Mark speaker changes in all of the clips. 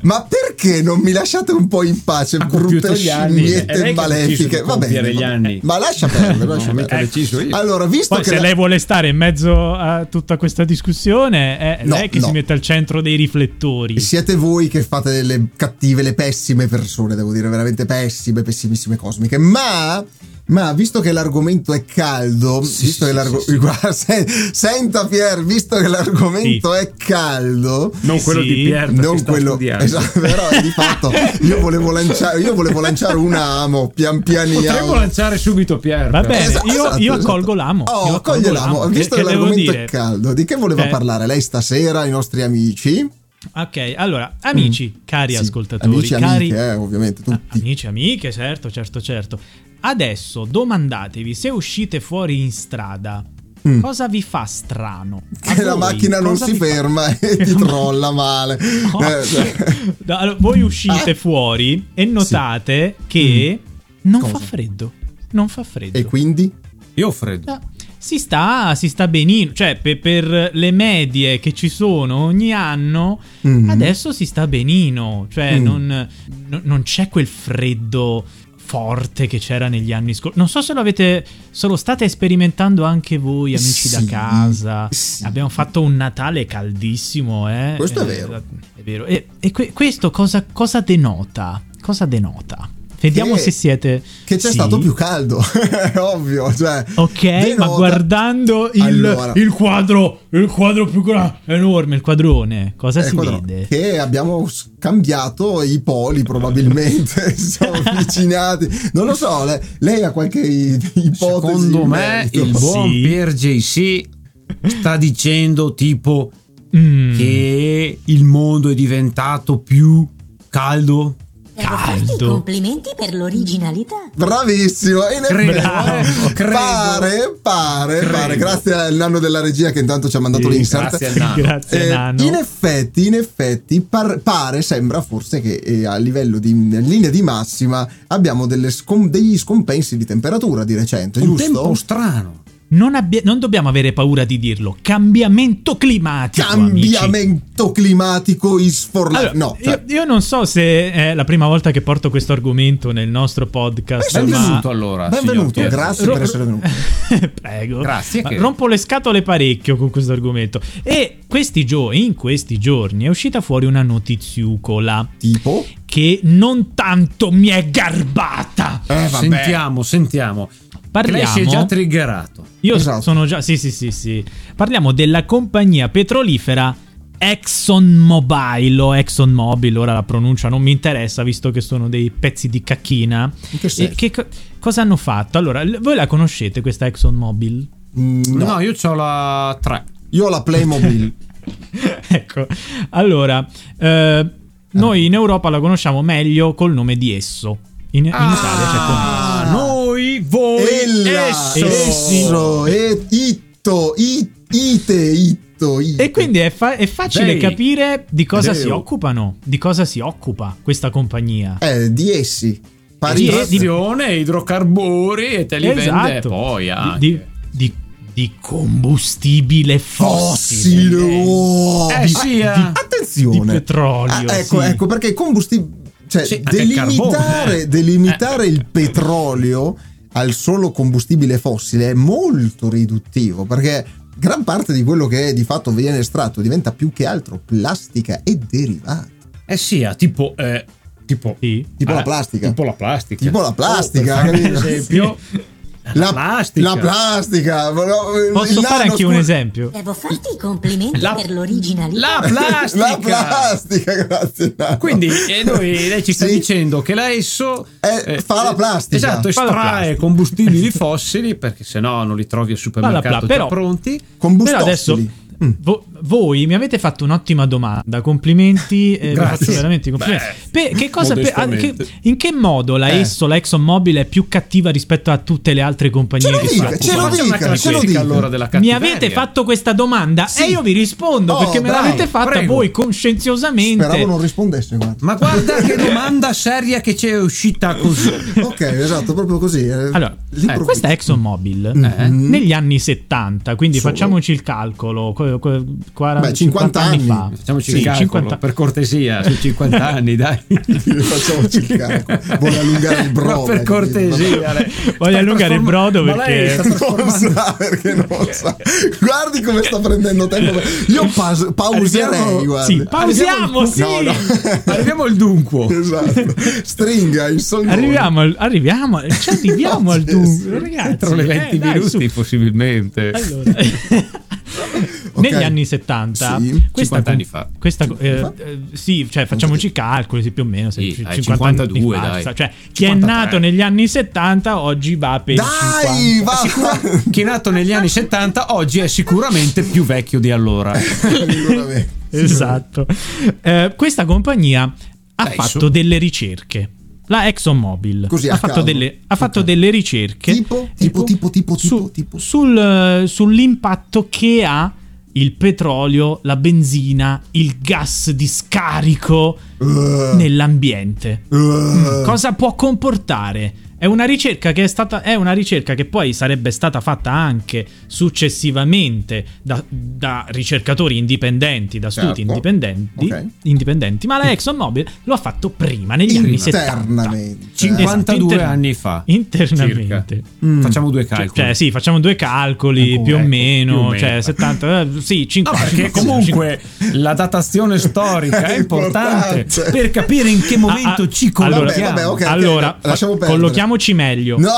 Speaker 1: Ma perché non mi lasciate un po' in pace?
Speaker 2: Ha compiuto
Speaker 1: Brutte
Speaker 2: gli anni.
Speaker 3: Eh, È
Speaker 1: scimmiette
Speaker 3: lei che ha deciso
Speaker 1: malefiche.
Speaker 3: di
Speaker 1: Va bene.
Speaker 3: compiere gli
Speaker 1: ma-
Speaker 3: anni.
Speaker 1: Ma lascia perdere. lascia
Speaker 3: No, mica ho
Speaker 1: perdere.
Speaker 3: deciso io.
Speaker 1: Allora, visto
Speaker 2: Poi
Speaker 1: che
Speaker 2: se
Speaker 1: la-
Speaker 2: lei vuole stare in mezzo a tutta questa discussione, è
Speaker 1: No,
Speaker 2: lei che
Speaker 1: no.
Speaker 2: si mette al centro dei riflettori.
Speaker 1: siete voi che fate delle cattive, le pessime persone, devo dire, veramente pessime, pessimissime cosmiche. Ma. Ma visto che l'argomento è caldo, visto che l'argomento. Senta, Pier, visto che l'argomento è caldo,
Speaker 3: Non quello
Speaker 2: Sì.
Speaker 3: di Pier, perché
Speaker 1: non
Speaker 3: sta
Speaker 1: quello
Speaker 3: studiando.
Speaker 1: esatto, però di fatto io volevo lanciare io volevo lanciare un amo pian pianino
Speaker 3: Potremmo lanciare subito Pier.
Speaker 2: Va
Speaker 3: però.
Speaker 2: bene,
Speaker 1: Esatto,
Speaker 2: Eh, io, io
Speaker 1: esatto.
Speaker 2: accolgo l'amo.
Speaker 1: Oh,
Speaker 2: io
Speaker 1: accoglie l'amo.
Speaker 2: l'amo.
Speaker 1: Visto che,
Speaker 2: Che- che devo
Speaker 1: l'argomento
Speaker 2: dire?
Speaker 1: è caldo, di che voleva
Speaker 2: Eh.
Speaker 1: parlare lei stasera, i nostri amici?
Speaker 2: Ok, allora, amici, cari
Speaker 1: Mm. Sì,
Speaker 2: ascoltatori,
Speaker 1: amici,
Speaker 2: cari
Speaker 1: amiche, eh, ovviamente
Speaker 2: Ah,
Speaker 1: tutti.
Speaker 2: Amici, amiche, certo, certo, certo. Adesso domandatevi se uscite fuori in strada,
Speaker 1: Mm.
Speaker 2: cosa vi fa strano? A
Speaker 1: che la
Speaker 2: voi,
Speaker 1: macchina non
Speaker 2: cosa
Speaker 1: si
Speaker 2: vi fa-
Speaker 1: ferma e ti trolla male. Eh, cioè,
Speaker 2: No, allora, voi uscite
Speaker 1: Eh?
Speaker 2: fuori e notate che non
Speaker 1: Mm. Cosa?
Speaker 2: fa freddo. Non fa freddo.
Speaker 1: E quindi?
Speaker 3: Io ho freddo.
Speaker 2: No, Eh, Si sta, si sta benino, cioè pe- per le medie che ci sono ogni anno,
Speaker 1: Mm.
Speaker 2: adesso si sta benino, cioè
Speaker 1: Mm.
Speaker 2: non, non- non c'è quel freddo forte che c'era negli anni scorsi. Non so se lo avete, se lo state sperimentando anche voi amici da
Speaker 1: Sì,
Speaker 2: casa.
Speaker 1: sì.
Speaker 2: Abbiamo fatto un Natale caldissimo, eh.
Speaker 1: Questo è
Speaker 2: Eh,
Speaker 1: vero.
Speaker 2: è vero. E, e que- questo cosa, cosa denota? Cosa denota? Vediamo
Speaker 1: Che-
Speaker 2: se siete...
Speaker 1: Eh, Che c'è
Speaker 2: Sì.
Speaker 1: stato più caldo, è ovvio. Cioè,
Speaker 2: Ok,
Speaker 1: denota-
Speaker 2: ma guardando il,
Speaker 1: Allora.
Speaker 2: il quadro, il quadro più gra- enorme, il quadrone, cosa
Speaker 1: Eh,
Speaker 2: si
Speaker 1: quadro-
Speaker 2: vede?
Speaker 1: Che abbiamo cambiato i poli probabilmente, si sono avvicinati. Non lo so, le- lei, ha qualche i- ipotesi?
Speaker 3: Secondo
Speaker 1: in
Speaker 3: me
Speaker 1: merito?
Speaker 3: il buon
Speaker 2: Sì.
Speaker 3: Pier JC sta dicendo tipo
Speaker 2: Mm,
Speaker 3: che il mondo è diventato più caldo.
Speaker 4: Devo farti
Speaker 2: Caldo.
Speaker 4: i complimenti per l'originalità.
Speaker 1: Bravissimo, in
Speaker 3: Credo,
Speaker 1: effetti,
Speaker 3: eh, credo.
Speaker 1: pare, pare,
Speaker 3: Credo.
Speaker 1: pare. Grazie al nano della regia che intanto ci ha mandato
Speaker 2: Sì,
Speaker 1: l'insert.
Speaker 3: Grazie al nano.
Speaker 2: Grazie,
Speaker 1: Eh,
Speaker 2: Nano.
Speaker 1: in effetti, in effetti, par- pare, sembra forse che eh, a livello di in linea di massima abbiamo delle scom- degli scompensi di temperatura di recente,
Speaker 3: Un
Speaker 1: giusto?
Speaker 3: tempo strano.
Speaker 2: non, abbia- non dobbiamo avere paura di dirlo. Cambiamento climatico. amici.
Speaker 1: Cambiamento climatico isforlato.
Speaker 2: Allora,
Speaker 1: no, cioè,
Speaker 2: io, io non so se è la prima volta che porto questo argomento nel nostro podcast.
Speaker 1: Benvenuto.
Speaker 2: ma-
Speaker 3: Benvenuto allora. signor
Speaker 1: benvenuto,
Speaker 3: Pier.
Speaker 1: grazie
Speaker 2: Ah, Ro-
Speaker 1: per essere venuto.
Speaker 2: Prego.
Speaker 3: Grazie,
Speaker 2: Ma
Speaker 3: che-
Speaker 2: Rompo le scatole parecchio con questo argomento. E questi gio- in questi giorni è uscita fuori una notiziucola
Speaker 1: Tipo,
Speaker 2: che non tanto mi è garbata.
Speaker 1: eh, vabbè.
Speaker 3: Sentiamo, sentiamo. Clash è
Speaker 2: Parliamo.
Speaker 3: già triggerato.
Speaker 2: Io
Speaker 1: Esatto.
Speaker 2: sono già. Sì, sì, sì, sì. Parliamo della compagnia petrolifera ExxonMobil o ExxonMobil, ora la pronuncia non mi interessa visto che sono dei pezzi di cacchina.
Speaker 1: In che
Speaker 2: E
Speaker 1: senso?
Speaker 2: che co- cosa hanno fatto? Allora, l- voi la conoscete questa ExxonMobil?
Speaker 1: Mm,
Speaker 3: No,
Speaker 1: no,
Speaker 3: io ho la 3.
Speaker 1: io ho la Playmobil.
Speaker 2: ecco, allora, eh, noi in Europa la conosciamo meglio col nome di Esso. In, in Italia c'è con
Speaker 3: Ah, noi, voi,
Speaker 1: Ella,
Speaker 3: esso.
Speaker 1: esso, e- itto, it- ite, itto, ite.
Speaker 2: E quindi è, fa- è facile
Speaker 3: Dei.
Speaker 2: capire di cosa
Speaker 3: Deo.
Speaker 2: si occupano, di cosa si occupa questa compagnia.
Speaker 1: Eh, di essi. Pari-
Speaker 3: Estrazione, idrocarburi e te li vende poi anche.
Speaker 2: Esatto. Di, di- di combustibile fossile.
Speaker 1: fossile.
Speaker 3: Eh sì, eh.
Speaker 1: Attenzione.
Speaker 2: Di petrolio,
Speaker 1: Ah, ecco,
Speaker 2: sì.
Speaker 1: ecco perché i combustibili. Cioè,
Speaker 3: Sì, anche il carbone,
Speaker 1: delimitare,
Speaker 3: eh.
Speaker 1: delimitare il petrolio al solo combustibile fossile è molto riduttivo perché gran parte di quello che di fatto viene estratto diventa più che altro plastica e derivati.
Speaker 3: Eh sì, ah, tipo... eh, tipo...
Speaker 2: Sì.
Speaker 1: Tipo
Speaker 3: ah,
Speaker 1: la plastica.
Speaker 3: Tipo la plastica.
Speaker 1: Tipo la plastica,
Speaker 3: Oh, per fare un
Speaker 1: capito?
Speaker 3: esempio... La, plastica.
Speaker 1: La plastica. volevo-
Speaker 2: Posso
Speaker 1: il
Speaker 2: fare
Speaker 1: nano,
Speaker 2: anche un
Speaker 1: scusa.
Speaker 2: esempio?
Speaker 4: Devo farti i complimenti
Speaker 3: La-
Speaker 4: per l'originalità.
Speaker 3: La plastica.
Speaker 1: La plastica, grazie. nano.
Speaker 3: Quindi eh, noi, lei ci sta
Speaker 1: Sì.
Speaker 3: dicendo che la esso
Speaker 1: Eh, fa la plastica.
Speaker 3: Esatto,
Speaker 2: Fa la
Speaker 3: estrae
Speaker 2: plastica.
Speaker 3: combustibili fossili perché se no non li trovi al
Speaker 2: pla-
Speaker 3: supermercato
Speaker 2: però-
Speaker 3: già pronti.
Speaker 2: Però adesso
Speaker 1: Combustibili. Mm.
Speaker 2: vo- voi mi avete fatto un'ottima domanda, complimenti, eh, vi
Speaker 3: Grazie.
Speaker 2: faccio veramente i complimenti.
Speaker 3: Beh,
Speaker 2: Pe- che cosa, pe- ah, che-
Speaker 3: modestamente.
Speaker 2: in che modo la
Speaker 1: Eh.
Speaker 2: Esso, la ExxonMobil è più cattiva rispetto a tutte le altre compagnie
Speaker 1: Ce lo
Speaker 2: che si
Speaker 1: dica,
Speaker 2: occupano?
Speaker 1: ce lo
Speaker 3: Faccia una
Speaker 1: dica, ce lo
Speaker 3: classifica
Speaker 1: dica.
Speaker 3: allora della
Speaker 2: Mi
Speaker 3: cattiveria.
Speaker 2: avete fatto questa domanda e io vi rispondo
Speaker 1: Oh,
Speaker 2: perché me
Speaker 1: dai,
Speaker 2: l'avete fatta
Speaker 3: prego.
Speaker 2: voi conscienziosamente.
Speaker 1: Speravo non rispondesse. Guarda.
Speaker 3: Ma guarda che domanda seria che ci è uscita così.
Speaker 1: Ok, esatto, proprio così. eh.
Speaker 2: Allora,
Speaker 1: L'improvviso.
Speaker 2: questa ExxonMobil eh,
Speaker 1: Mhm.
Speaker 2: negli anni 70, quindi
Speaker 1: Solo.
Speaker 2: facciamoci il calcolo, co- que- que- 40,
Speaker 1: Beh, 50 anni.
Speaker 2: fa.
Speaker 3: Facciamoci
Speaker 2: Sì,
Speaker 3: il calcolo,
Speaker 2: 50
Speaker 3: per cortesia, su 50 anni, dai.
Speaker 1: Facciamoci il calcolo. ecco, Vuole allungare il brodo,
Speaker 3: Ma per
Speaker 1: capito?
Speaker 3: cortesia. lei-
Speaker 2: Voglio
Speaker 3: sta
Speaker 2: allungare il
Speaker 3: trasforma-
Speaker 2: brodo
Speaker 3: Ma lei
Speaker 2: perché-
Speaker 3: sta
Speaker 1: Non
Speaker 3: trasformando-
Speaker 1: sa perché non sa. Guardi come sta prendendo tempo. Io pas-
Speaker 3: Arriviamo-
Speaker 1: pauserei. Oh, guarda.
Speaker 2: Sì, pausiamo,
Speaker 3: Arriviamo-
Speaker 2: sì.
Speaker 1: No, no.
Speaker 3: Arriviamo al dunque.
Speaker 1: Esatto. Stringa il soldo.
Speaker 2: Arriviamo, al, arriviamo, al- ci arriviamo al dunque, ragazzi.
Speaker 3: Entro le
Speaker 2: eh,
Speaker 3: 20
Speaker 2: dai,
Speaker 3: minuti,
Speaker 2: su.
Speaker 3: possibilmente.
Speaker 2: Allora, negli anni 70,
Speaker 1: Sì,
Speaker 3: 50 anni fa.
Speaker 2: questa, eh,
Speaker 1: fa?
Speaker 2: eh, sì, cioè facciamoci i calcoli sì, più o meno. se-
Speaker 3: Sì,
Speaker 2: c-
Speaker 3: dai, 52,
Speaker 2: anni fa,
Speaker 3: dai.
Speaker 2: Cioè, chi è
Speaker 3: 53.
Speaker 2: nato negli anni 70 oggi va per i
Speaker 1: Dai,
Speaker 2: 50.
Speaker 1: va.
Speaker 3: Chi è nato negli anni 70 oggi è sicuramente più vecchio di allora.
Speaker 1: Sicuramente.
Speaker 2: Esatto. Eh, questa compagnia ha
Speaker 3: Dai,
Speaker 2: fatto
Speaker 3: su.
Speaker 2: delle ricerche. La ExxonMobil
Speaker 1: Così, a
Speaker 2: ha, fatto
Speaker 1: caso.
Speaker 2: delle, ha fatto delle ricerche
Speaker 1: Tipo? Tipo, tipo, tipo, tipo, tipo.
Speaker 2: sul, eh, sull'impatto che ha il petrolio, la benzina, il gas di scarico
Speaker 1: Eh.
Speaker 2: nell'ambiente.
Speaker 1: Eh.
Speaker 2: Cosa può comportare? È una, ricerca che è, stata, è una ricerca che poi sarebbe stata fatta anche successivamente da, da ricercatori indipendenti, da studi
Speaker 1: Certo.
Speaker 2: indipendenti,
Speaker 1: Ok.
Speaker 2: indipendenti, ma la ExxonMobil lo ha fatto prima, negli anni 70.
Speaker 1: Internamente.
Speaker 3: 52
Speaker 2: Esatto, inter-
Speaker 3: anni fa.
Speaker 2: Internamente.
Speaker 3: circa.
Speaker 1: Mm.
Speaker 3: Facciamo due
Speaker 2: Cioè,
Speaker 3: calcoli.
Speaker 2: cioè, sì, facciamo due calcoli
Speaker 3: Ecco,
Speaker 2: più, o
Speaker 3: ecco,
Speaker 2: meno,
Speaker 3: più o meno.
Speaker 2: cioè 70, eh, sì,
Speaker 3: No,
Speaker 2: 50.
Speaker 3: Ah, perché comunque la datazione storica è
Speaker 1: È importante.
Speaker 3: importante per capire in che momento
Speaker 2: Ah, ah,
Speaker 3: ci
Speaker 2: allora,
Speaker 3: collochiamo.
Speaker 1: Vabbè, vabbè, ok.
Speaker 2: allora,
Speaker 1: la- lasciamo
Speaker 2: fa-
Speaker 1: perdere.
Speaker 2: collochiamoci meglio.
Speaker 1: No.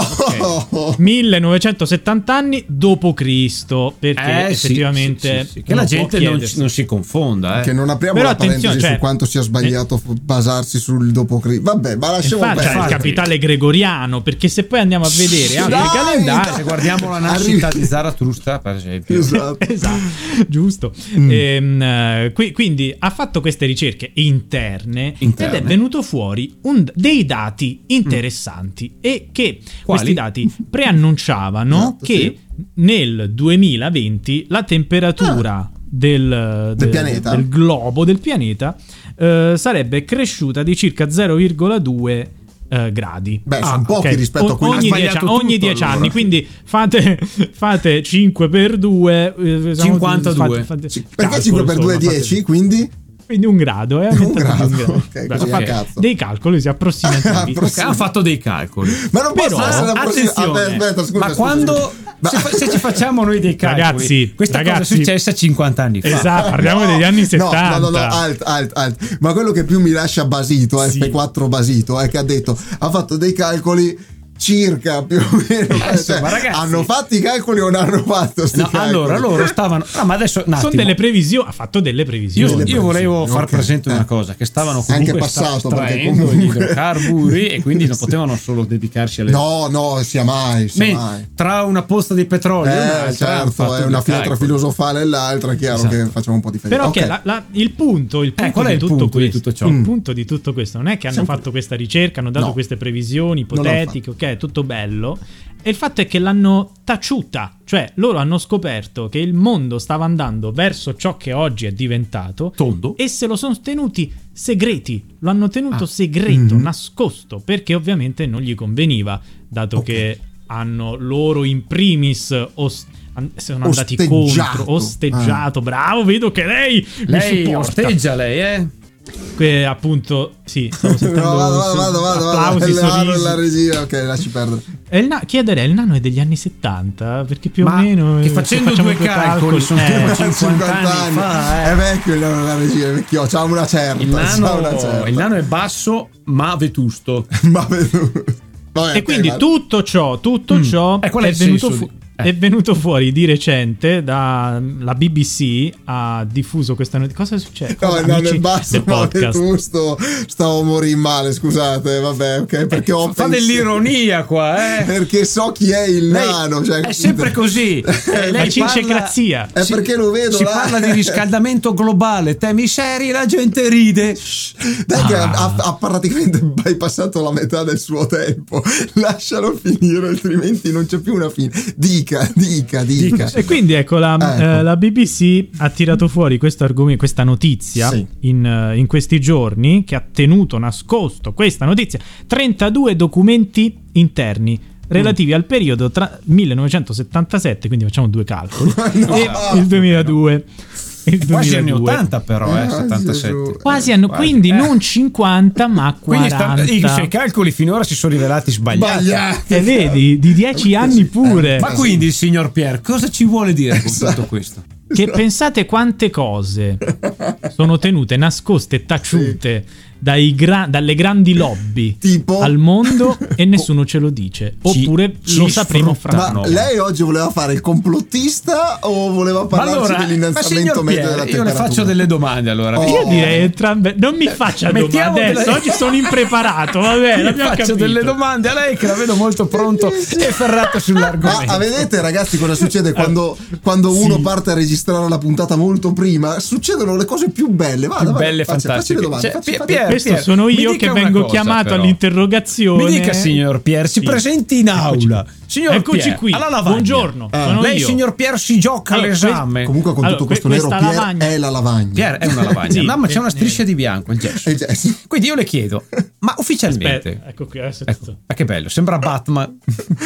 Speaker 2: 1970 anni dopo Cristo, perché
Speaker 3: Eh, sì,
Speaker 2: effettivamente
Speaker 3: sì, sì, sì. che la
Speaker 2: uno può
Speaker 3: gente non,
Speaker 2: chiedersi.
Speaker 3: non si confonda. eh.
Speaker 1: Che non apriamo
Speaker 2: Però
Speaker 1: la parentesi
Speaker 2: attenzione, cioè-
Speaker 1: su quanto sia sbagliato f- basarsi sul dopo Cristo. Vabbè, ma lasciamo
Speaker 2: Infatti, cioè, il
Speaker 1: perdere.
Speaker 2: capitale gregoriano, perché se poi andiamo a vedere anche
Speaker 1: Dai,
Speaker 2: il
Speaker 1: dai.
Speaker 2: calendario,
Speaker 3: Se guardiamo la nascita di Zarathustra, per esempio,
Speaker 1: Esatto. Mm.
Speaker 2: Esatto, giusto. Ehm, eh, qui- quindi ha fatto queste ricerche interne,
Speaker 3: Interne.
Speaker 2: ed è venuto fuori un- dei dati
Speaker 1: Mm.
Speaker 2: interessanti e che
Speaker 3: Quali?
Speaker 2: questi dati preannunciavano
Speaker 1: Esatto,
Speaker 2: che
Speaker 1: sì.
Speaker 2: nel 2020 la temperatura del, del-
Speaker 1: Ah. pianeta.
Speaker 2: del globo del pianeta eh, sarebbe cresciuta di circa 0,2 eh, gradi.
Speaker 1: Beh, sono
Speaker 3: Ah,
Speaker 1: pochi
Speaker 2: Ok,
Speaker 1: rispetto a
Speaker 2: o-
Speaker 1: quelli
Speaker 2: ogni
Speaker 3: Ha
Speaker 2: 10,
Speaker 3: sbagliato tutto,
Speaker 2: anni,
Speaker 3: allora.
Speaker 2: quindi fate, fate 5 per eh, 2
Speaker 3: 52.
Speaker 2: cioè,
Speaker 1: Perché 5 per 2 è 10, quindi
Speaker 2: Quindi un grado, eh,
Speaker 1: Un
Speaker 2: aumentato di
Speaker 1: grado,
Speaker 2: un grado.
Speaker 1: ok,
Speaker 2: Beh,
Speaker 1: così
Speaker 2: ho
Speaker 1: a
Speaker 2: fatto
Speaker 1: cazzo.
Speaker 2: dei calcoli si approssimativi.
Speaker 1: Appross-
Speaker 3: ha fatto dei calcoli.
Speaker 1: Ma non
Speaker 2: Però,
Speaker 1: può essere la prossima-
Speaker 3: Attenzione,
Speaker 1: Aspetta, aspetta, scusa,
Speaker 3: ma
Speaker 1: scusa,
Speaker 3: quando
Speaker 1: scusa. Ma-
Speaker 3: se, fa- se ci facciamo noi dei calcoli,
Speaker 2: Ragazzi,
Speaker 3: questa cosa
Speaker 2: ragazzi.
Speaker 3: è successa 50 anni fa.
Speaker 2: esatto, parliamo degli anni 70.
Speaker 1: No, ah, no, no, alt, alt, alt. Ma quello che più mi lascia basito,
Speaker 2: Sì.
Speaker 1: F4 basito, è che ha detto, ha fatto dei calcoli circa più o meno. Cioè,
Speaker 3: ma ragazzi-
Speaker 1: hanno fatto i calcoli o non hanno fatto sti
Speaker 3: No,
Speaker 1: calcoli?
Speaker 3: allora loro stavano. No, ma adesso un
Speaker 2: Sono
Speaker 3: attimo.
Speaker 2: delle previsioni, ha fatto delle previsioni.
Speaker 3: Io,
Speaker 1: Delle
Speaker 3: io volevo
Speaker 1: previsioni,
Speaker 3: far
Speaker 1: ok.
Speaker 3: presente
Speaker 1: Eh.
Speaker 3: una cosa: che stavano
Speaker 1: Anche
Speaker 3: comunque
Speaker 1: passato, perché
Speaker 3: estraendo gli
Speaker 1: comunque-
Speaker 3: idrocarburi e quindi non
Speaker 1: Sì.
Speaker 3: potevano solo dedicarsi alle
Speaker 1: No, no, sia mai, sia
Speaker 3: Men-
Speaker 1: mai.
Speaker 3: tra una posta di petrolio e
Speaker 1: Eh,
Speaker 3: un'altra hanno
Speaker 1: certo,
Speaker 3: fatto
Speaker 1: è
Speaker 3: dei
Speaker 1: una
Speaker 3: calcoli.
Speaker 1: filatra filosofale e l'altra, è chiaro
Speaker 3: Esatto.
Speaker 1: che facciamo un po' di fede.
Speaker 2: Però
Speaker 1: Ok.
Speaker 2: che la- la- il punto, il punto
Speaker 3: Eh, qual è
Speaker 2: di
Speaker 3: il
Speaker 2: tutto
Speaker 3: punto di
Speaker 2: questo,
Speaker 3: tutto ciò?
Speaker 2: Il
Speaker 3: Mm.
Speaker 2: punto di tutto questo non è che hanno
Speaker 1: Sempre.
Speaker 2: fatto questa ricerca, hanno dato
Speaker 1: No.
Speaker 2: queste previsioni
Speaker 1: Non l'hanno
Speaker 2: ipotetiche, ok, tutto bello. E il fatto è che l'hanno taciuta, cioè loro hanno scoperto che il mondo stava andando verso ciò che oggi è diventato
Speaker 3: Tondo. Ah.
Speaker 2: e se lo sono tenuti segreti, lo hanno tenuto segreto,
Speaker 3: Mm-hmm.
Speaker 2: nascosto, perché ovviamente non gli conveniva, dato
Speaker 1: Ok.
Speaker 2: che hanno loro in primis os- an- sono andati
Speaker 1: Osteggiato.
Speaker 2: contro, osteggiato, bravo, vedo che lei, mi
Speaker 3: Lei
Speaker 2: supporta.
Speaker 3: osteggia, lei, eh?
Speaker 2: Che appunto, sì, stavo
Speaker 1: No,
Speaker 2: sentendo
Speaker 1: vado,
Speaker 2: un-
Speaker 1: vado, vado, vado, vado.
Speaker 2: applausi,
Speaker 1: Le mano
Speaker 2: sorrisi.
Speaker 1: alla regia, ok, lasci perdere.
Speaker 2: E il na- chiederei, il nano è degli anni 70, perché più o
Speaker 3: Ma
Speaker 2: meno...
Speaker 3: che
Speaker 2: eh,
Speaker 3: facendo
Speaker 2: se facciamo
Speaker 3: due calcoli, sono
Speaker 2: eh,
Speaker 3: tipo
Speaker 1: 50,
Speaker 3: 50
Speaker 1: anni,
Speaker 3: anni fa, eh.
Speaker 1: è vecchio il nano della regia, è vecchio, c'ha una certa,
Speaker 3: Il
Speaker 1: c'ha una
Speaker 3: nano,
Speaker 1: certa.
Speaker 3: il nano è basso ma vetusto.
Speaker 1: Ma vedo- Vabbè,
Speaker 2: E
Speaker 1: ok,
Speaker 2: quindi
Speaker 1: va-
Speaker 2: tutto ciò, tutto ciò
Speaker 3: Mm. E qual è
Speaker 2: è,
Speaker 3: il
Speaker 2: venuto
Speaker 3: senso
Speaker 2: fu-
Speaker 3: di- eh.
Speaker 2: è venuto fuori di recente da la BBC ha diffuso questa notizia. Cosa succede?
Speaker 1: No,
Speaker 2: Cosa,
Speaker 1: il nano è
Speaker 2: amici
Speaker 1: basso,
Speaker 2: del
Speaker 1: ma
Speaker 2: podcast?
Speaker 1: vetusto. Stavo morendo male, scusate, vabbè, ok, perché ho
Speaker 3: Fa
Speaker 1: pensato-
Speaker 3: dell'ironia qua, eh?
Speaker 1: Perché so chi è il
Speaker 3: Lei-
Speaker 1: nano, cioè,
Speaker 3: è sempre così. Eh,
Speaker 2: La
Speaker 3: lei
Speaker 2: cincecrazia.
Speaker 1: È
Speaker 3: si-
Speaker 1: perché lo vedo
Speaker 3: Si
Speaker 1: là.
Speaker 3: parla di riscaldamento globale, temi seri, la gente ride.
Speaker 1: Dai che ha,
Speaker 2: Ah.
Speaker 1: ha- ha praticamente bypassato la metà del suo tempo. Lascialo finire, altrimenti non c'è più una fine. Dica, dica, dica.
Speaker 2: E quindi ecco la,
Speaker 1: Ah, ecco.
Speaker 2: eh, la BBC ha tirato fuori questo argomento, questa notizia
Speaker 1: Sì.
Speaker 2: in, eh, in questi giorni che ha tenuto nascosto questa notizia. 32 documenti interni relativi al periodo tra 1977, quindi facciamo due calcoli,
Speaker 1: No.
Speaker 2: e il 2002. E il
Speaker 3: Quasi anni
Speaker 2: 2002.
Speaker 3: 80 però,
Speaker 1: Eh,
Speaker 3: eh, 77.
Speaker 1: Gesù.
Speaker 2: Quasi hanno, quindi
Speaker 3: Eh.
Speaker 2: non 50 ma
Speaker 3: Quindi
Speaker 2: 40.
Speaker 3: sta- i suoi calcoli finora si sono rivelati sbagliati.
Speaker 1: Sbagliati.
Speaker 2: E vedi, di 10 anni pure.
Speaker 3: Ma quindi, signor Pier, cosa ci vuole dire con
Speaker 1: Esatto.
Speaker 3: tutto questo?
Speaker 2: Che pensate quante cose sono tenute nascoste e tacciute dai gra- dalle grandi lobby
Speaker 1: Tipo?
Speaker 2: al mondo e nessuno ce lo dice.
Speaker 3: Ci-
Speaker 2: Oppure
Speaker 3: ci
Speaker 2: lo sapremo
Speaker 1: Ma
Speaker 2: fra
Speaker 3: sfruttano. no.
Speaker 1: lei oggi voleva fare il complottista o voleva parlarci
Speaker 3: ma signor
Speaker 1: dell'innalzamento medio
Speaker 3: Pier,
Speaker 1: della
Speaker 3: io
Speaker 1: temperatura?
Speaker 3: le faccio delle domande allora.
Speaker 1: Oh.
Speaker 2: Io direi entrambe. Non mi faccia domande
Speaker 3: Mettiamo della-
Speaker 2: adesso. Oggi sono impreparato. Vabbè,
Speaker 3: Io
Speaker 2: l'abbiamo
Speaker 3: faccio
Speaker 2: capito.
Speaker 3: delle domande a lei che la vedo molto pronto e ferrato
Speaker 1: Ma
Speaker 3: sull'argomento.
Speaker 1: ah, vedete ragazzi cosa
Speaker 3: Eh,
Speaker 1: succede quando, quando uno parte a registrare la puntata molto prima? Succedono le cose più belle. Vada,
Speaker 3: Più
Speaker 1: vai,
Speaker 3: belle
Speaker 1: faccia- faccia
Speaker 3: fantastiche.
Speaker 1: le domande,
Speaker 3: Cioè,
Speaker 1: faccia-
Speaker 3: Pier-
Speaker 1: faccia-
Speaker 3: Pier-
Speaker 2: Questo
Speaker 3: Pier,
Speaker 2: sono
Speaker 3: mi
Speaker 2: io
Speaker 3: dica
Speaker 2: che
Speaker 3: una
Speaker 2: vengo
Speaker 3: cosa,
Speaker 2: chiamato
Speaker 3: però.
Speaker 2: all'interrogazione.
Speaker 3: Mi dica, signor Pier, si
Speaker 2: Sì.
Speaker 3: presenti in aula. Signor
Speaker 2: Eccoci
Speaker 3: Pier,
Speaker 2: qui.
Speaker 3: alla lavagna.
Speaker 2: Buongiorno,
Speaker 1: Ah.
Speaker 2: sono
Speaker 3: Lei,
Speaker 2: io.
Speaker 3: signor Pier, si gioca
Speaker 2: Allora,
Speaker 3: all'esame.
Speaker 1: Comunque con
Speaker 2: Allora,
Speaker 1: tutto questo
Speaker 2: que-
Speaker 1: nero
Speaker 2: questa
Speaker 1: Pier
Speaker 2: lavagna-
Speaker 1: è la lavagna.
Speaker 3: Pier è una lavagna,
Speaker 2: Sì. eh,
Speaker 3: no, ma c'è una striscia di bianco, il gesso.
Speaker 1: Eh, già, sì.
Speaker 3: Quindi io le chiedo, ma
Speaker 2: Beh,
Speaker 3: ufficialmente...
Speaker 2: ecco qui, adesso è
Speaker 3: Ecco,
Speaker 2: tutto.
Speaker 3: ma che bello, sembra Batman,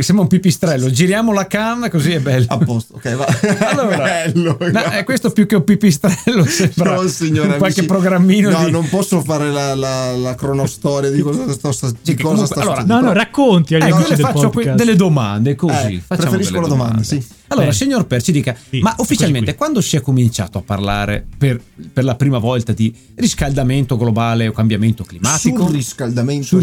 Speaker 3: sembra un pipistrello, giriamo la canna così è bello.
Speaker 1: A posto, ok, va.
Speaker 3: Allora,
Speaker 1: Bello,
Speaker 3: no,
Speaker 1: guarda.
Speaker 3: eh, questo più che un pipistrello sembra
Speaker 1: No, signora,
Speaker 3: un qualche
Speaker 1: amici.
Speaker 3: programmino
Speaker 1: No,
Speaker 3: di...
Speaker 1: non posso fare la, la- la cronostoria di cosa sto, sta- di
Speaker 3: Sì, che
Speaker 1: cosa
Speaker 3: comunque-
Speaker 1: sta
Speaker 3: allora,
Speaker 1: succedendo.
Speaker 2: No, no, racconti agli
Speaker 3: Ecco,
Speaker 2: amici
Speaker 3: le
Speaker 2: del
Speaker 3: faccio que-
Speaker 2: podcast.
Speaker 3: delle domande così.
Speaker 1: Eh,
Speaker 3: facciamo
Speaker 1: preferisco
Speaker 3: delle
Speaker 1: la domanda, sì.
Speaker 3: Allora,
Speaker 2: Bene.
Speaker 3: signor Perci, dica,
Speaker 2: Sì,
Speaker 3: ma
Speaker 2: eccoci
Speaker 3: ufficialmente
Speaker 2: qui.
Speaker 3: quando si è cominciato a parlare per, per la prima volta di riscaldamento globale o cambiamento climatico?
Speaker 1: Surriscaldamento
Speaker 3: Sul
Speaker 1: e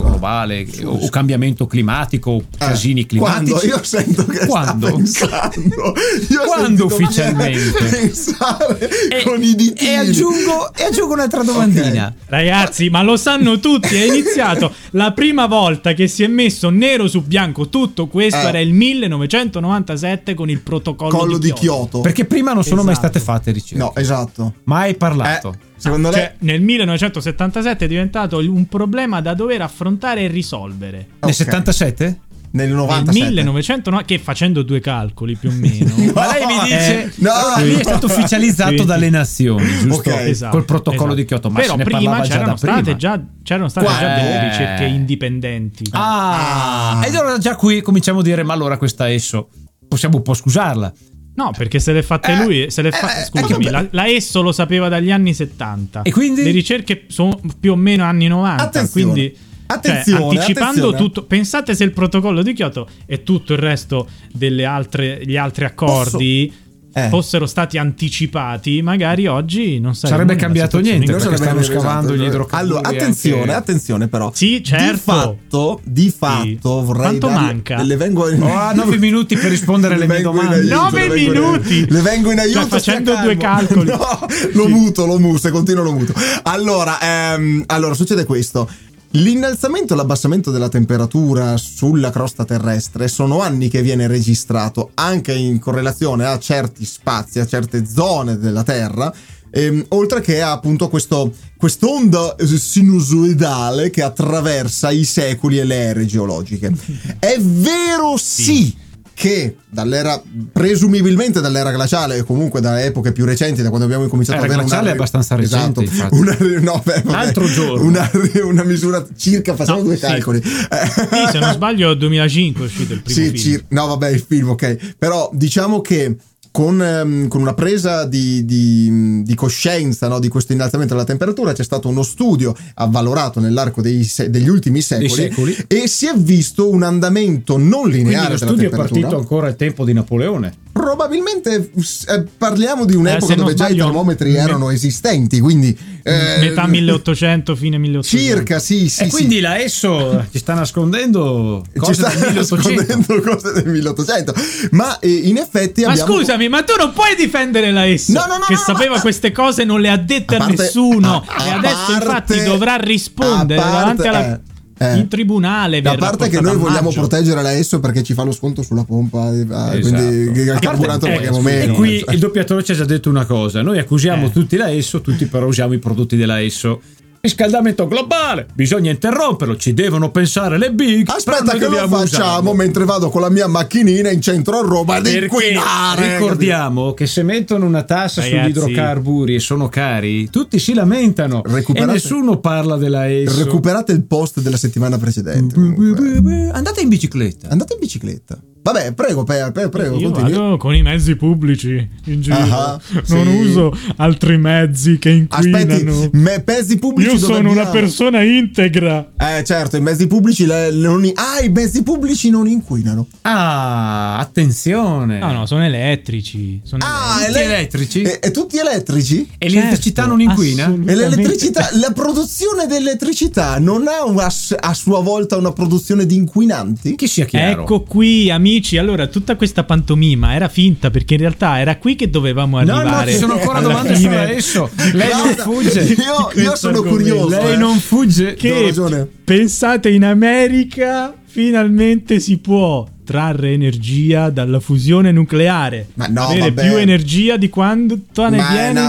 Speaker 1: cambiamento.
Speaker 3: globale
Speaker 1: Surriscaldamento.
Speaker 3: o, o cambiamento climatico, o
Speaker 1: Eh,
Speaker 3: casini climatici?
Speaker 1: Quando io sento che
Speaker 3: Quando?
Speaker 1: sta pensando, io ho
Speaker 3: Quando
Speaker 1: sentito
Speaker 3: ufficialmente?
Speaker 1: pensare
Speaker 3: E-
Speaker 1: con i ditini.
Speaker 3: e aggiungo, e aggiungo un'altra domandina.
Speaker 2: Ragazzi, ma lo sanno tutti, è iniziato la prima volta che si è messo nero su bianco tutto questo
Speaker 1: Eh.
Speaker 2: era il 1997 con il protocollo
Speaker 1: collo
Speaker 2: di
Speaker 1: di
Speaker 2: Kyoto.
Speaker 1: Kyoto.
Speaker 3: Perché prima non sono mai
Speaker 2: Esatto.
Speaker 3: state fatte ricerche.
Speaker 1: No, esatto.
Speaker 3: Mai
Speaker 1: Eh,
Speaker 3: parlato.
Speaker 1: secondo lei
Speaker 2: Cioè, nel 1977 è diventato un problema da dover affrontare e risolvere.
Speaker 3: Nel
Speaker 1: ok.
Speaker 3: 77?
Speaker 1: nel
Speaker 2: Nel
Speaker 1: 97
Speaker 2: 1909 che facendo due calcoli più o meno
Speaker 1: No, Eh,
Speaker 3: Ma lei mi dice.
Speaker 1: no,
Speaker 3: allora, lì è stato ufficializzato
Speaker 2: Sì.
Speaker 3: dalle nazioni, giusto?
Speaker 1: Ok. Esatto,
Speaker 3: Col protocollo
Speaker 2: esatto.
Speaker 3: di Kyoto. Ma
Speaker 2: Però
Speaker 3: se ne
Speaker 2: prima
Speaker 3: parlava già
Speaker 2: c'erano
Speaker 3: da prima.
Speaker 2: state già c'erano state
Speaker 1: Qua-
Speaker 2: già delle
Speaker 3: Eh.
Speaker 2: ricerche indipendenti.
Speaker 3: Ah,
Speaker 1: Ah.
Speaker 3: e allora già qui cominciamo a dire: ma allora questa ESSO possiamo un po' scusarla.
Speaker 2: No,
Speaker 3: Cioè,
Speaker 2: perché se le ha fatte
Speaker 3: Eh,
Speaker 2: lui, se le fa-
Speaker 3: eh, eh,
Speaker 2: scusami,
Speaker 3: eh,
Speaker 2: la, la Esso lo sapeva dagli anni 70.
Speaker 3: E quindi?
Speaker 2: Le ricerche sono più o meno anni 90,
Speaker 1: Attenzione.
Speaker 2: quindi
Speaker 1: Attenzione,
Speaker 2: cioè, anticipando
Speaker 1: attenzione.
Speaker 2: tutto, pensate se il protocollo di Kyoto e tutto il resto degli altri, gli altri accordi
Speaker 1: Eh.
Speaker 2: fossero stati anticipati, magari oggi non sarebbe
Speaker 3: Sarebbe cambiato niente.
Speaker 1: Non
Speaker 3: perché
Speaker 1: sarebbe
Speaker 3: stanno
Speaker 1: esatto,
Speaker 3: scavando gli
Speaker 1: esatto.
Speaker 3: idrocarburi
Speaker 1: Allora, attenzione,
Speaker 3: anche-
Speaker 1: attenzione però.
Speaker 2: eh, Sì, certo.
Speaker 1: Di fatto, di fatto
Speaker 2: Sì.
Speaker 1: vorrei
Speaker 2: Quanto
Speaker 1: darle-
Speaker 2: manca?
Speaker 1: Le vengo in...
Speaker 3: Ho ah, 9 minuti per rispondere alle
Speaker 1: Le
Speaker 3: mie
Speaker 1: vengo in
Speaker 3: domande.
Speaker 1: aiuto,
Speaker 2: 9
Speaker 1: le vengo in-
Speaker 2: minuti.
Speaker 1: Le vengo in
Speaker 2: Cioè,
Speaker 1: aiuto. stia
Speaker 2: facendo
Speaker 1: calmo.
Speaker 2: due calcoli.
Speaker 1: No, lo muto, lo muto, se continuo lo muto. Allora, ehm, allora succede questo. L'innalzamento e l'abbassamento della temperatura sulla crosta terrestre sono anni che viene registrato anche in correlazione a certi spazi, a certe zone della Terra, ehm, oltre che a appunto questo, quest'onda eh, sinusoidale che attraversa i secoli e le ere geologiche. È vero sì che dall'era presumibilmente dall'era glaciale e comunque da epoche più recenti da quando abbiamo incominciato
Speaker 3: Era
Speaker 1: ad avere
Speaker 3: glaciale
Speaker 1: Eh, una
Speaker 3: Cioè, è abbastanza recente,
Speaker 1: esatto,
Speaker 3: infatti.
Speaker 1: una, no, beh, vabbè,
Speaker 3: Altro giorno.
Speaker 1: una, una misura circa facciamo
Speaker 2: No,
Speaker 1: due
Speaker 2: sì.
Speaker 1: calcoli Eh,
Speaker 2: Sì, se non sbaglio 2005 è uscito il primo
Speaker 1: sì,
Speaker 2: film.
Speaker 1: ci- no, vabbè, il film, ok. Però diciamo che con, ehm, con una presa di, di- di coscienza no, di questo innalzamento della temperatura c'è stato uno studio avvalorato nell'arco dei se- degli ultimi secoli,
Speaker 3: secoli.
Speaker 1: e si è visto un andamento non
Speaker 3: Quindi
Speaker 1: lineare
Speaker 3: lo
Speaker 1: della
Speaker 3: studio è
Speaker 1: temperatura.
Speaker 3: partito ancora al tempo di Napoleone.
Speaker 1: Probabilmente eh, parliamo di
Speaker 2: Eh,
Speaker 1: un'epoca
Speaker 2: se non
Speaker 1: dove già i
Speaker 2: sbaglio,
Speaker 1: termometri
Speaker 2: me-
Speaker 1: erano esistenti, quindi eh,
Speaker 2: Metà Eh, 1800, fine 1800.
Speaker 1: circa, sì, sì,
Speaker 3: e
Speaker 1: sì.
Speaker 3: quindi la ESSO ci sta nascondendo cose
Speaker 1: ci sta
Speaker 3: del 1800.
Speaker 1: nascondendo cose del 1800, ma eh, in effetti
Speaker 2: Ma
Speaker 1: abbiamo
Speaker 2: scusami, ma tu non puoi difendere la ESSO
Speaker 1: No, no, no,
Speaker 2: che
Speaker 1: no,
Speaker 2: sapeva
Speaker 1: ma-
Speaker 2: queste cose, non le ha dette a,
Speaker 1: A parte-
Speaker 2: nessuno.
Speaker 1: a- a
Speaker 2: e adesso,
Speaker 1: parte-
Speaker 2: infatti, dovrà rispondere
Speaker 1: a parte-
Speaker 2: davanti alla-
Speaker 1: eh, eh.
Speaker 2: in tribunale.
Speaker 1: Da
Speaker 2: verrà
Speaker 1: parte che
Speaker 2: portato
Speaker 1: noi
Speaker 2: a
Speaker 1: vogliamo
Speaker 2: maggio. Esatto.
Speaker 1: proteggere la ESSO perché ci fa lo sconto sulla pompa, eh, quindi il
Speaker 3: A parte-
Speaker 1: carburante lo
Speaker 3: eh,
Speaker 1: paghiamo
Speaker 3: scusi,
Speaker 1: meno.
Speaker 3: E qui il doppiatore ci ha già detto una cosa: noi accusiamo
Speaker 2: Eh.
Speaker 3: tutti la ESSO, tutti però usiamo i prodotti della ESSO. Riscaldamento globale, bisogna interromperlo, ci devono pensare le big.
Speaker 1: Aspetta
Speaker 3: però noi
Speaker 1: che lo
Speaker 3: dobbiamo
Speaker 1: facciamo
Speaker 3: usarlo.
Speaker 1: mentre vado con la mia macchinina in centro a Roma ad
Speaker 3: Perché
Speaker 1: inquinare.
Speaker 3: ricordiamo che se mettono una tassa sugli
Speaker 2: Ragazzi.
Speaker 3: idrocarburi e sono cari, tutti si lamentano
Speaker 1: Recuperate-
Speaker 3: e nessuno parla della
Speaker 1: capito?
Speaker 3: ESO.
Speaker 1: Recuperate il post della settimana precedente.
Speaker 3: Mm,
Speaker 1: comunque.
Speaker 3: Andate in bicicletta.
Speaker 1: Andate in bicicletta. Vabbè, prego, Pea, Pea, prego,
Speaker 2: Io
Speaker 1: continui.
Speaker 2: vado con i mezzi pubblici in giro.
Speaker 1: Ah,
Speaker 2: non
Speaker 1: sì.
Speaker 2: uso altri mezzi che
Speaker 1: Aspetti,
Speaker 2: inquinano.
Speaker 1: me- mezzi pubblici.
Speaker 2: Io
Speaker 1: dove
Speaker 2: sono una
Speaker 1: abbiamo?
Speaker 2: persona integra.
Speaker 1: Eh, certo, i mezzi pubblici le- non i- Ah, i mezzi pubblici non inquinano.
Speaker 3: Ah, attenzione.
Speaker 2: No, no, sono elettrici. Sono
Speaker 1: Ah,
Speaker 2: elettrici.
Speaker 3: Tutti
Speaker 1: ele-
Speaker 3: elettrici?
Speaker 1: E, e tutti elettrici?
Speaker 3: E l'elettricità
Speaker 2: Certo,
Speaker 3: non inquina?
Speaker 2: assolutamente.
Speaker 1: E l'elettricità, la produzione dell'elettricità non ha una s- a sua volta una produzione di inquinanti?
Speaker 3: Che sia chiaro.
Speaker 2: Ecco qui, amici. Allora, tutta questa pantomima era finta perché in realtà era qui che dovevamo
Speaker 3: No, no,
Speaker 2: arrivare.
Speaker 3: ci sono ancora
Speaker 2: alla
Speaker 3: domande su
Speaker 2: fine.
Speaker 3: adesso. Lei non
Speaker 1: Guarda,
Speaker 3: fugge.
Speaker 1: Io, io sono
Speaker 2: argomento.
Speaker 1: curioso.
Speaker 3: Lei
Speaker 1: eh.
Speaker 3: non fugge.
Speaker 1: Do
Speaker 2: Che
Speaker 1: ragione.
Speaker 2: pensate in America finalmente si può trarre energia dalla fusione nucleare.
Speaker 1: Ma no,
Speaker 2: avere
Speaker 1: vabbè.
Speaker 2: più energia di quanto ne
Speaker 1: Ma è
Speaker 2: viene
Speaker 1: una-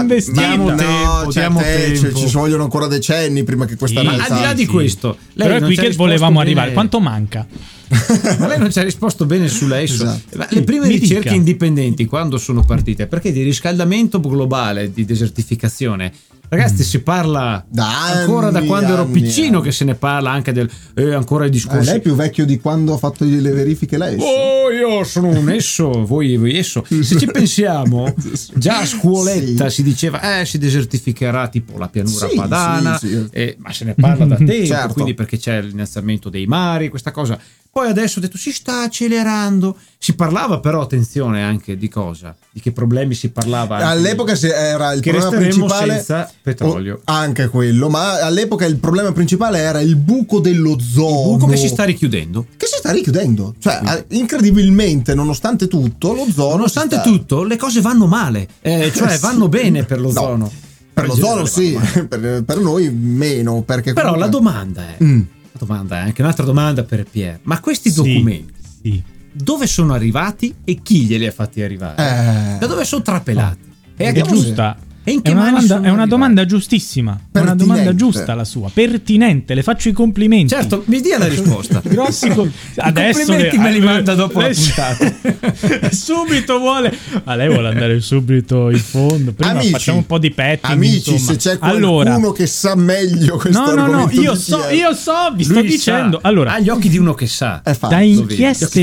Speaker 1: ma no,
Speaker 2: investita.
Speaker 3: Diamo
Speaker 1: cioè,
Speaker 3: tempo, diamo
Speaker 1: te- cioè,
Speaker 3: tempo.
Speaker 1: ci ci vogliono ancora decenni prima che questa
Speaker 2: Sì.
Speaker 3: Ma al di là di
Speaker 2: Sì.
Speaker 3: questo, lei
Speaker 2: Però è
Speaker 3: non
Speaker 2: qui
Speaker 3: ci ha
Speaker 2: che
Speaker 3: risposto
Speaker 2: volevamo
Speaker 3: bene.
Speaker 2: arrivare. Quanto manca?
Speaker 3: Ma lei non ci ha risposto bene sulla ESO.
Speaker 1: Esatto.
Speaker 3: Ma le prime
Speaker 2: Mi
Speaker 3: ricerche
Speaker 2: dica.
Speaker 3: indipendenti quando sono partite? Perché di riscaldamento globale, di desertificazione. Ragazzi, si parla
Speaker 1: Da anni,
Speaker 3: ancora da quando ero
Speaker 1: anni,
Speaker 3: piccino
Speaker 1: anni.
Speaker 3: che se ne parla anche del eh, ancora i
Speaker 1: Ah,
Speaker 3: discorsi.
Speaker 1: lei è più vecchio di quando ha fatto le verifiche lei?
Speaker 3: Oh, io sono un esso, voi, voi esso. Se ci pensiamo, già a scuoletta
Speaker 1: Sì.
Speaker 3: si diceva eh, si desertificherà tipo la pianura
Speaker 1: Sì,
Speaker 3: padana,
Speaker 1: sì, sì.
Speaker 3: eh, ma se ne parla da tempo,
Speaker 1: Certo.
Speaker 3: quindi perché c'è l'innalzamento dei mari, questa cosa. Poi adesso ho detto si sta accelerando. Si parlava però, attenzione anche di cosa, di che problemi si parlava. anche.
Speaker 1: All'epoca se era il
Speaker 3: Che
Speaker 1: problema
Speaker 3: resteremmo
Speaker 1: principale
Speaker 3: senza petrolio.
Speaker 1: Oh, anche quello, ma all'epoca il problema principale era il buco dell'ozono.
Speaker 3: buco che si sta richiudendo.
Speaker 1: che si sta richiudendo. Cioè, ah, incredibilmente, nonostante tutto, l'ozono
Speaker 3: Nonostante
Speaker 1: si sta-
Speaker 3: tutto, le cose vanno male, eh, cioè
Speaker 1: Sì.
Speaker 3: vanno bene per
Speaker 1: No,
Speaker 3: l'ozono.
Speaker 1: per
Speaker 3: In
Speaker 1: l'ozono
Speaker 3: generale
Speaker 1: sì,
Speaker 3: vanno male.
Speaker 1: per, per noi meno, perché
Speaker 3: Però la
Speaker 1: comunque-
Speaker 3: domanda è,
Speaker 1: Mm.
Speaker 3: la domanda è anche un'altra domanda per Pier, ma questi
Speaker 2: Sì,
Speaker 3: documenti
Speaker 2: sì.
Speaker 3: dove sono arrivati e chi glieli ha fatti arrivare?
Speaker 1: Eh,
Speaker 3: Da dove sono trapelati? E a
Speaker 2: È
Speaker 3: che mano-
Speaker 2: giusta.
Speaker 3: E in
Speaker 2: È
Speaker 3: che
Speaker 2: una,
Speaker 3: mani
Speaker 2: domanda,
Speaker 3: sono
Speaker 2: è una
Speaker 3: arrivati?
Speaker 2: domanda giustissima. È una
Speaker 1: Pertinente.
Speaker 2: domanda giusta la sua. Pertinente, le faccio i complimenti.
Speaker 3: Certo, mi dia la risposta.
Speaker 2: Grossi co- adesso
Speaker 3: complimenti me li manda dopo la
Speaker 2: lei-
Speaker 3: puntata.
Speaker 2: subito vuole. Ma lei vuole andare subito in fondo. Prima
Speaker 1: Amici,
Speaker 2: facciamo un po' di petting.
Speaker 1: Amici,
Speaker 2: insomma.
Speaker 1: se c'è qualcuno
Speaker 2: allora,
Speaker 1: che sa meglio questo
Speaker 2: No, no, no,
Speaker 1: argomento
Speaker 2: io
Speaker 1: di
Speaker 2: so,
Speaker 1: chi è-
Speaker 2: io so, vi sto
Speaker 3: Lui sa,
Speaker 2: dicendo. Allora,
Speaker 3: ha gli occhi di uno che sa.
Speaker 1: È fatto.
Speaker 2: da
Speaker 3: vedi,
Speaker 2: inchieste
Speaker 3: occhi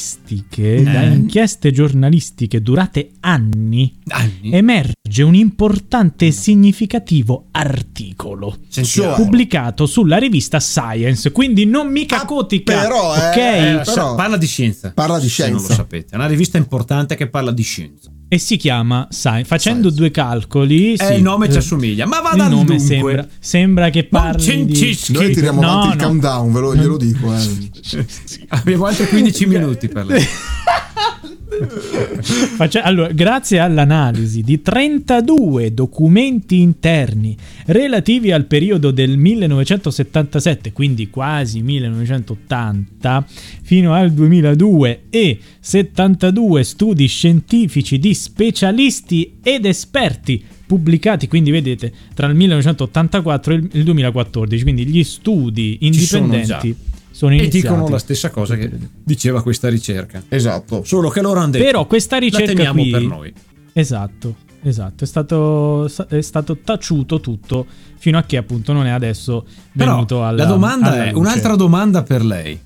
Speaker 2: giornalistiche, da
Speaker 3: Eh.
Speaker 2: inchieste giornalistiche durate anni,
Speaker 3: Anni.
Speaker 2: emerge un importante e significativo articolo
Speaker 3: Sentiamo.
Speaker 2: pubblicato sulla rivista Science, quindi non mica
Speaker 1: Ah,
Speaker 2: cotica,
Speaker 1: però,
Speaker 2: ok?
Speaker 1: eh,
Speaker 3: Eh, sa-
Speaker 1: però-
Speaker 3: parla di scienza.
Speaker 1: Parla di
Speaker 3: Se non lo
Speaker 1: scienza.
Speaker 3: sapete, è una rivista importante che parla di scienza.
Speaker 2: E si chiama Science. Facendo
Speaker 1: Science.
Speaker 2: due calcoli,
Speaker 3: Eh,
Speaker 2: sì,
Speaker 3: il nome ci
Speaker 2: eh,
Speaker 3: assomiglia, ma
Speaker 2: Il
Speaker 3: vada al
Speaker 2: nome
Speaker 3: dunque.
Speaker 2: sembra, sembra che parli di...
Speaker 3: Cincischi.
Speaker 1: Noi tiriamo
Speaker 2: No,
Speaker 1: avanti il
Speaker 2: no.
Speaker 1: countdown, ve lo, glielo dico. eh.
Speaker 3: Abbiamo altri 15 minuti per lei.
Speaker 2: Faccia- allora, grazie all'analisi di 32 documenti interni relativi al periodo del 1977, quindi quasi 1980, fino al 2002 e 72 studi scientifici di specialisti ed esperti pubblicati, quindi vedete, tra il 1984 e il- il 2014, quindi gli studi
Speaker 3: Ci sono già.
Speaker 2: indipendenti sono
Speaker 3: e
Speaker 2: iniziati.
Speaker 3: dicono la stessa cosa che diceva questa ricerca.
Speaker 1: Esatto.
Speaker 3: Solo che loro hanno detto
Speaker 2: Però questa
Speaker 3: la
Speaker 2: ricerca
Speaker 3: teniamo
Speaker 2: qui
Speaker 3: per noi.
Speaker 2: Esatto, esatto, è stato, è stato taciuto tutto fino a che appunto non è adesso
Speaker 3: Però
Speaker 2: venuto alla
Speaker 3: la domanda
Speaker 2: alla
Speaker 3: è
Speaker 2: luce. Mm.
Speaker 3: un'altra domanda per lei.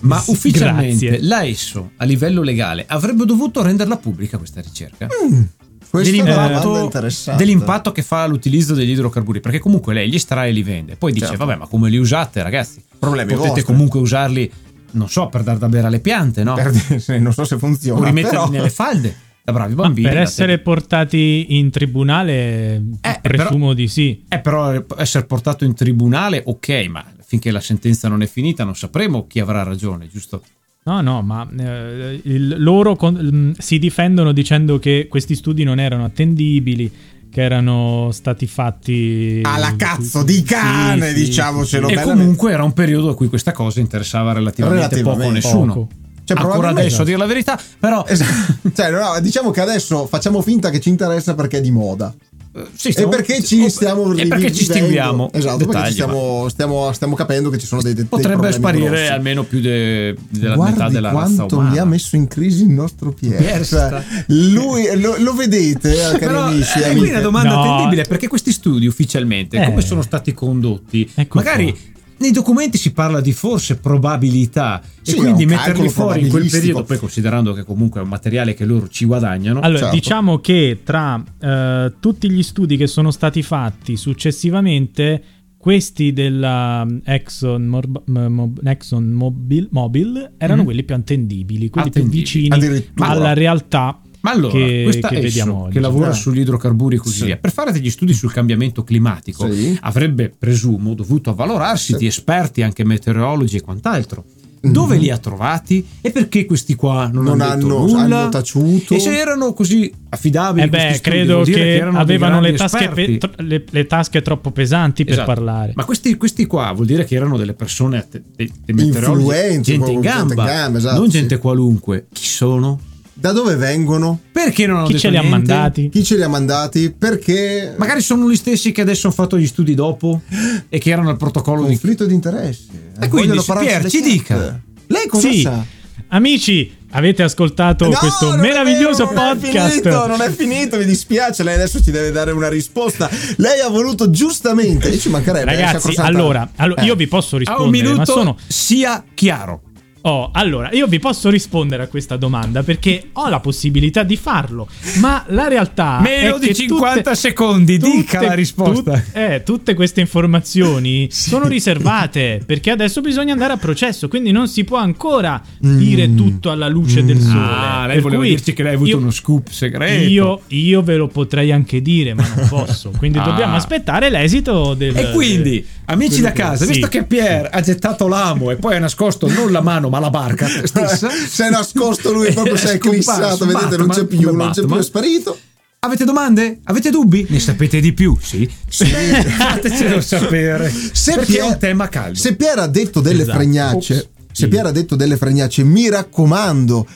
Speaker 3: Ma
Speaker 2: Sì,
Speaker 3: ufficialmente
Speaker 2: grazie.
Speaker 3: la ESSO a livello legale avrebbe dovuto renderla pubblica questa ricerca?
Speaker 1: Mm, Questa è una
Speaker 2: Eh,
Speaker 1: domanda
Speaker 3: Dell'impatto,
Speaker 1: interessante.
Speaker 3: dell'impatto che fa l'utilizzo degli idrocarburi, perché comunque lei li estrae e li vende. Poi dice:
Speaker 1: Certo.
Speaker 3: Vabbè, ma come li usate, ragazzi?
Speaker 1: Problemi
Speaker 3: Potete
Speaker 1: vostri."
Speaker 3: comunque usarli, non so, per dar da bere alle piante, no?
Speaker 1: Per dire, se- non so se funziona.
Speaker 3: o rimetterli
Speaker 1: però-
Speaker 3: nelle falde da bravi
Speaker 2: Ma
Speaker 3: bambini.
Speaker 2: per
Speaker 3: da
Speaker 2: essere portati in tribunale,
Speaker 3: Eh,
Speaker 2: presumo
Speaker 3: però-
Speaker 2: di sì.
Speaker 3: Eh, però essere portato in tribunale, ok, ma finché la sentenza non è finita non sapremo chi avrà ragione, giusto?
Speaker 2: No, no, ma eh, il- loro con- mm, si difendono dicendo che questi studi non erano attendibili, che erano stati fatti...
Speaker 1: Alla cazzo di cane, diciamocelo.
Speaker 3: e
Speaker 1: bellamente.
Speaker 3: comunque era un periodo a cui questa cosa interessava relativamente,
Speaker 1: Relativamente
Speaker 3: poco a nessuno.
Speaker 2: Poco.
Speaker 1: Cioè,
Speaker 3: Ancora
Speaker 1: probabilmente-
Speaker 3: adesso, a dire la verità, però...
Speaker 1: Esatto. Cioè, no, no, diciamo che adesso facciamo finta che ci interessa perché è di moda.
Speaker 3: eh, sì,
Speaker 1: E
Speaker 3: stiamo-
Speaker 1: perché ci stiamo
Speaker 3: e perché ci
Speaker 1: rivivendo.
Speaker 3: stinguiamo?
Speaker 1: Esatto, perché ci
Speaker 3: Dettagli,
Speaker 1: stiamo, stiamo- stiamo capendo che ci sono dei, dei
Speaker 3: Potrebbe
Speaker 1: problemi
Speaker 3: sparire
Speaker 1: grossi.
Speaker 3: almeno più de- della metà
Speaker 1: Guardi
Speaker 3: della razza
Speaker 1: quanto
Speaker 3: umana.
Speaker 1: mi ha messo in crisi il nostro Pier.
Speaker 3: Pier sta-
Speaker 1: Cioè, lui lo, lo vedete, eh, cari
Speaker 3: Però,
Speaker 1: amici.
Speaker 3: eh,
Speaker 1: amiche.
Speaker 3: quindi la domanda
Speaker 2: No.
Speaker 3: attendibile è perché questi studi ufficialmente
Speaker 2: Eh.
Speaker 3: come sono stati condotti?
Speaker 2: Ecco
Speaker 3: Magari
Speaker 2: qua.
Speaker 3: nei documenti si parla di forse probabilità
Speaker 1: Sì,
Speaker 3: e
Speaker 1: è
Speaker 3: quindi
Speaker 1: un
Speaker 3: metterli
Speaker 1: calcolo
Speaker 3: fuori in quel
Speaker 1: probabilistico.
Speaker 3: periodo, poi considerando che comunque è un materiale che loro ci guadagnano.
Speaker 2: Allora,
Speaker 1: Certo.
Speaker 2: diciamo che tra eh, tutti gli studi che sono stati fatti successivamente, questi della mm, Exxon, Morb- m- Mob- Exxon Mobil, Mobil erano
Speaker 3: Mm.
Speaker 2: quelli più attendibili, quelli
Speaker 3: Attendibili.
Speaker 2: più vicini
Speaker 1: Addirittura.
Speaker 2: alla realtà.
Speaker 3: Ma allora,
Speaker 2: che-
Speaker 3: questa
Speaker 2: che
Speaker 3: Esso,
Speaker 2: vediamo oggi.
Speaker 3: che lavora
Speaker 1: Ah.
Speaker 3: sugli idrocarburi e così
Speaker 1: Sì.
Speaker 3: via, per fare degli studi sul cambiamento climatico,
Speaker 1: Sì.
Speaker 3: avrebbe, presumo, dovuto avvalorarsi
Speaker 1: Sì.
Speaker 3: di esperti anche meteorologi e quant'altro. Dove
Speaker 1: Mhm.
Speaker 3: li ha trovati e perché questi qua non,
Speaker 1: Non
Speaker 3: hanno, detto
Speaker 1: hanno-
Speaker 3: nulla?
Speaker 1: hanno taciuto?
Speaker 3: E se erano così affidabili?
Speaker 2: Eh
Speaker 3: questi
Speaker 2: beh,
Speaker 3: studi,
Speaker 2: credo
Speaker 3: vuol
Speaker 2: che,
Speaker 3: dire erano dei
Speaker 2: avevano
Speaker 3: grandi
Speaker 2: le tasche, pe-
Speaker 3: esperti.
Speaker 2: tro- le- le tasche troppo pesanti per
Speaker 3: Esatto.
Speaker 2: parlare.
Speaker 3: Ma questi, questi qua vuol dire che erano delle persone, att- dei, dei meteorologi,
Speaker 1: Influenti,
Speaker 3: gente in
Speaker 1: proprio gente in
Speaker 3: gamba,
Speaker 1: gamba, esatto,
Speaker 3: non gente
Speaker 1: sì.
Speaker 3: qualunque. Chi sono?
Speaker 1: Da dove vengono?
Speaker 3: Perché non hanno
Speaker 2: Chi
Speaker 3: detto
Speaker 2: ce li ha
Speaker 3: niente?
Speaker 2: mandati?
Speaker 1: Chi ce li ha mandati? Perché
Speaker 3: Magari sono gli stessi che adesso hanno fatto gli studi dopo e che erano al protocollo di
Speaker 1: conflitto di interessi.
Speaker 3: E quindi,
Speaker 1: Vogliono pararsi
Speaker 3: Pier,
Speaker 1: le
Speaker 3: ci
Speaker 1: carte.
Speaker 3: dica.
Speaker 1: Lei cosa
Speaker 2: Sì.
Speaker 1: sa?
Speaker 2: Amici, avete ascoltato
Speaker 3: Oh,
Speaker 1: No,
Speaker 2: questo
Speaker 1: non è
Speaker 2: meraviglioso
Speaker 1: vero, non è
Speaker 2: podcast.
Speaker 1: finito, non è finito, mi dispiace. Lei adesso ci deve dare una risposta. Lei ha voluto giustamente. E ci mancherebbe. è
Speaker 2: Ragazzi,
Speaker 1: sacrosanta.
Speaker 2: allora, allora,
Speaker 1: Eh.
Speaker 2: io vi posso
Speaker 3: a Ah, un
Speaker 2: rispondere,
Speaker 3: minuto
Speaker 2: ma sono
Speaker 3: sia chiaro.
Speaker 2: Oh, allora, io vi posso rispondere a questa domanda perché ho la possibilità di farlo, ma la realtà
Speaker 3: Meno
Speaker 2: è
Speaker 3: di
Speaker 2: che
Speaker 3: 50
Speaker 2: tutte-
Speaker 3: secondi, dica la risposta.
Speaker 2: tut- eh, tutte queste informazioni sono riservate perché adesso bisogna andare a processo, quindi non si può ancora dire tutto alla luce del sole.
Speaker 3: Mm. Ah, lei
Speaker 2: Per
Speaker 3: voleva
Speaker 2: cui
Speaker 3: dirci che lei ha avuto
Speaker 2: io-
Speaker 3: uno scoop segreto.
Speaker 2: Io, io ve lo potrei anche dire, ma non posso. Quindi
Speaker 3: Ah.
Speaker 2: dobbiamo aspettare l'esito del.
Speaker 3: E quindi, amici da
Speaker 2: che-
Speaker 3: casa,
Speaker 2: sì.
Speaker 3: visto Eh, che Pier ha gettato l'amo e poi ha nascosto non la mano ma la barca stessa,
Speaker 1: Si è nascosto lui proprio, si è
Speaker 3: scomparso,
Speaker 1: eclissato. Vedete, non c'è
Speaker 3: Batman,
Speaker 1: più,
Speaker 3: come
Speaker 1: non c'è più,
Speaker 3: Batman.
Speaker 1: è sparito.
Speaker 3: Avete domande? Avete dubbi? Ne sapete di più? Sì. Fatecelo sapere. perché
Speaker 1: Pier-
Speaker 3: è un tema caldo.
Speaker 1: Se Pier ha detto delle
Speaker 2: Esatto.
Speaker 1: fregnacce,
Speaker 2: Ops.
Speaker 1: se Pier ha detto delle fregnacce, mi raccomando,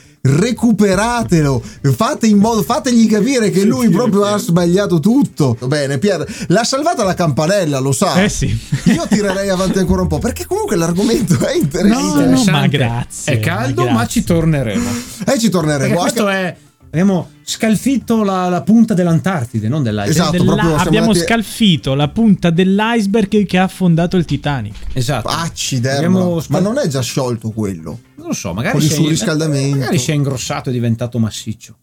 Speaker 1: recuperatelo, fate in modo, fategli capire che lui proprio ha sbagliato tutto. Bene, Pier, l'ha salvata la campanella, lo sa.
Speaker 2: Eh sì.
Speaker 1: Io tirerei avanti ancora un po', perché comunque l'argomento è
Speaker 2: No,
Speaker 1: interessante.
Speaker 2: no,
Speaker 3: Interessante.
Speaker 2: ma grazie,
Speaker 3: È caldo,
Speaker 2: ma
Speaker 3: ma,
Speaker 2: grazie.
Speaker 3: ci torneremo.
Speaker 1: E ci
Speaker 3: Perché
Speaker 1: torneremo.
Speaker 3: questo
Speaker 1: anche-
Speaker 3: è. Abbiamo scalfitto la, la punta dell'Antartide, non dell'Ice.
Speaker 1: Esatto.
Speaker 2: della-
Speaker 1: proprio siamo
Speaker 2: abbiamo
Speaker 1: andati-
Speaker 2: scalfito la punta dell'iceberg che ha affondato il Titanic.
Speaker 3: Esatto.
Speaker 1: Ah,
Speaker 3: Abbiamo
Speaker 1: Accidermo.
Speaker 3: scal-
Speaker 1: Ma non è già sciolto quello?
Speaker 3: Non lo so, magari
Speaker 1: Con il
Speaker 3: si è-
Speaker 1: surriscaldamento.
Speaker 3: Magari si è ingrossato e diventato massiccio.